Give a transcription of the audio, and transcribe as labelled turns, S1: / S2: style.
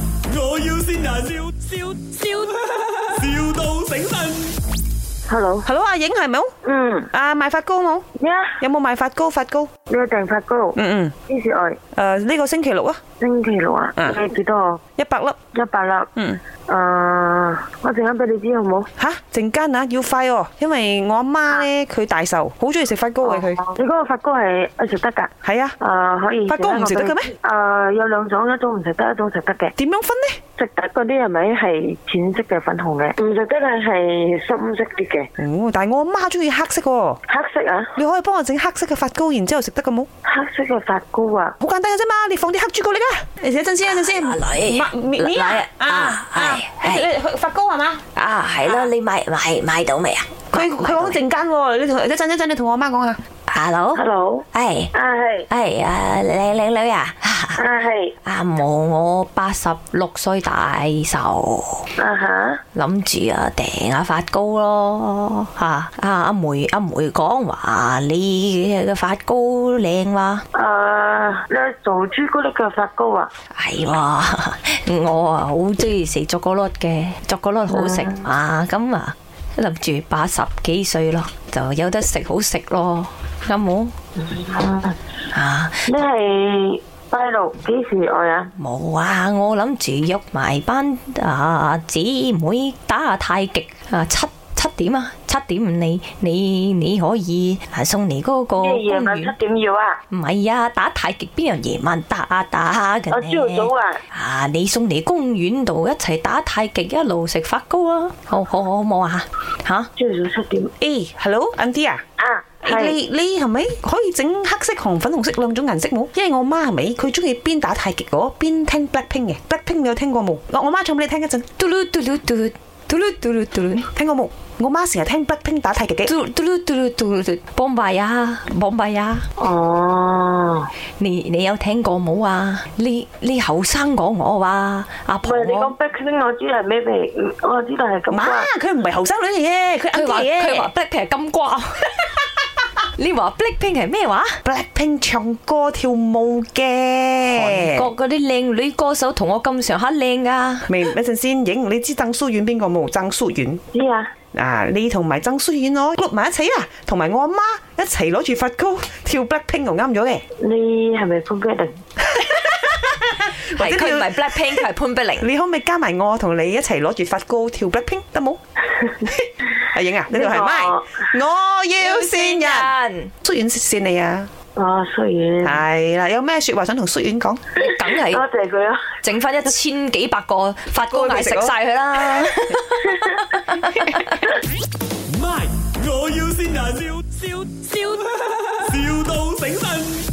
S1: 要先人，笑笑笑，,笑到醒 神。
S2: Hello，
S3: Hello，阿影係冇？
S2: 嗯，
S3: 啊，賣發糕冇？
S2: 呀，
S3: 有冇賣發糕？發糕？
S2: 你有訂發糕？
S3: 嗯嗯。
S2: 幾時愛？
S3: 诶、呢、個星期六啊，
S2: 星期六啊？
S3: 嗯
S2: 你幾多？
S3: 一百粒。
S2: 一百粒。
S3: 嗯。
S2: 誒，我陣間俾你知好冇？
S3: 吓，陣間啊，要快哦，因為我阿媽咧佢大壽，好中意食發糕嘅佢。
S2: 哦你嗰個發糕係我食得㗎？
S3: 係啊，
S2: 誒，可以。
S3: 發糕唔食得嘅咩？
S2: 誒，呃有兩種，一種唔食得，一種食得嘅。
S3: 點樣分呢？
S2: 食得嗰啲係咪係淺色嘅粉紅嘅？唔食得嘅係深色啲嘅。
S3: 哦，但係我阿媽中意黑色喎，
S2: 黑色啊，
S3: 你可以幫我整黑色嘅發糕，然之後食得嘅冇？
S2: 黑色嘅發糕啊。
S3: 好簡單嘅啫嘛，你放啲黑朱古力啊！你等陣先，等陣先。
S4: 女
S3: 麥麵麵啊
S4: 女
S3: 啊
S4: 啊
S3: 啊
S4: 係係！
S3: 你你發糕係嘛？
S4: 啊，係咯，你買買買到未啊？
S3: 佢佢講陣間喎，你同一陣一陣你同我阿媽講下。
S4: Hello，
S2: Hello。
S4: 係
S2: 啊係，
S4: 係啊，靚靚女 啊！
S2: 啊係，
S4: 啊冇，我八十六歲大壽，
S2: 啊嚇。
S4: 諗住啊訂下發糕咯嚇。啊阿梅阿梅講話你嘅發糕靚啦，
S2: 誒、你做呃朱古力嘅發糕啊？
S4: 係喎， 我啊好中意食朱古力嘅，朱古力好
S2: 嗯
S4: 食嘛，咁啊諗住八十幾歲咯，就有得食好食咯，啱冇
S2: 嗯
S4: 啊？
S2: 你係拜六幾時愛啊？
S4: 冇啊！我諗住約埋班啊姊妹打下太極啊，七七點啊，七點你你你可以啊送嚟嗰個公
S2: 即係夜晚七
S4: 園。
S2: 點要啊？
S4: 唔係啊，打太極邊有夜晚打啊打嘅
S2: 我
S4: 呢
S2: 朝早啊，
S4: 啊，你送嚟公園度一齊打太極，一路食發糕啊！好好好冇啊吓，
S2: 朝早七點
S3: 誒，hello，Andy 啊。
S2: 啊，係
S3: 你你係咪可以整黑色同粉紅色兩種顏色冇？因為我媽係咪佢中意邊打太極嗰邊聽 Blackpink 嘅，Blackpink 你有聽過冇？我我媽唱俾你聽一陣，
S4: 嘟嚕嘟嚕嘟嚕嘟嚕嘟嚕嘟嚕
S3: 聽過冇？我媽成日聽 Blackpink 打太極嘅。
S4: 嘟嚕嘟嚕嘟嚕嘟嚕嘟嚕，bomb 啊，bomb 啊！
S2: 哦，
S4: 你你有聽過冇啊？你你後生講我話阿
S2: 唔
S4: 婆
S2: 係你
S4: 我
S2: 講 Blackpink，我知係咩味，嗯我知道係咁
S3: 媽
S2: 啊。，
S3: 佢唔係後生女嚟嘅，佢
S4: 佢話
S3: Andy
S4: 佢話
S3: 嘅。
S4: Blackpink 係金 瓜，你話 Blackpink 係咩話？
S3: Blackpink 唱歌跳舞
S4: 韓
S3: 嘅。
S4: 國嗰啲靚女歌手同我咁上下靚噶，
S3: 未一陣先影，你知曾淑遠邊個冇？曾淑遠
S2: 知啊，
S3: 啊，你同埋曾淑遠我 group 埋一齊啊，同埋我阿媽一齊攞住發糕跳 Blackpink 就啱咗嘅。
S2: 你係咪潘碧玲？
S4: 係佢唔係 Blackpink，佢係 潘碧玲。
S3: 你可唔可以加埋我同你一齊攞住發糕跳 Blackpink 得 冇？阿影啊，呢度係咪？我要線人，嗯
S4: 人
S3: 舒遠線你啊，
S2: 哦，雖然，
S3: 係啦，有咩説話想同舒遠講？
S4: 梗
S2: 多
S4: 係
S2: 謝佢啊。
S4: 剩翻一千幾百個發糕嗌食晒佢啦。
S1: My，我要先人，笑笑笑，,笑到醒神。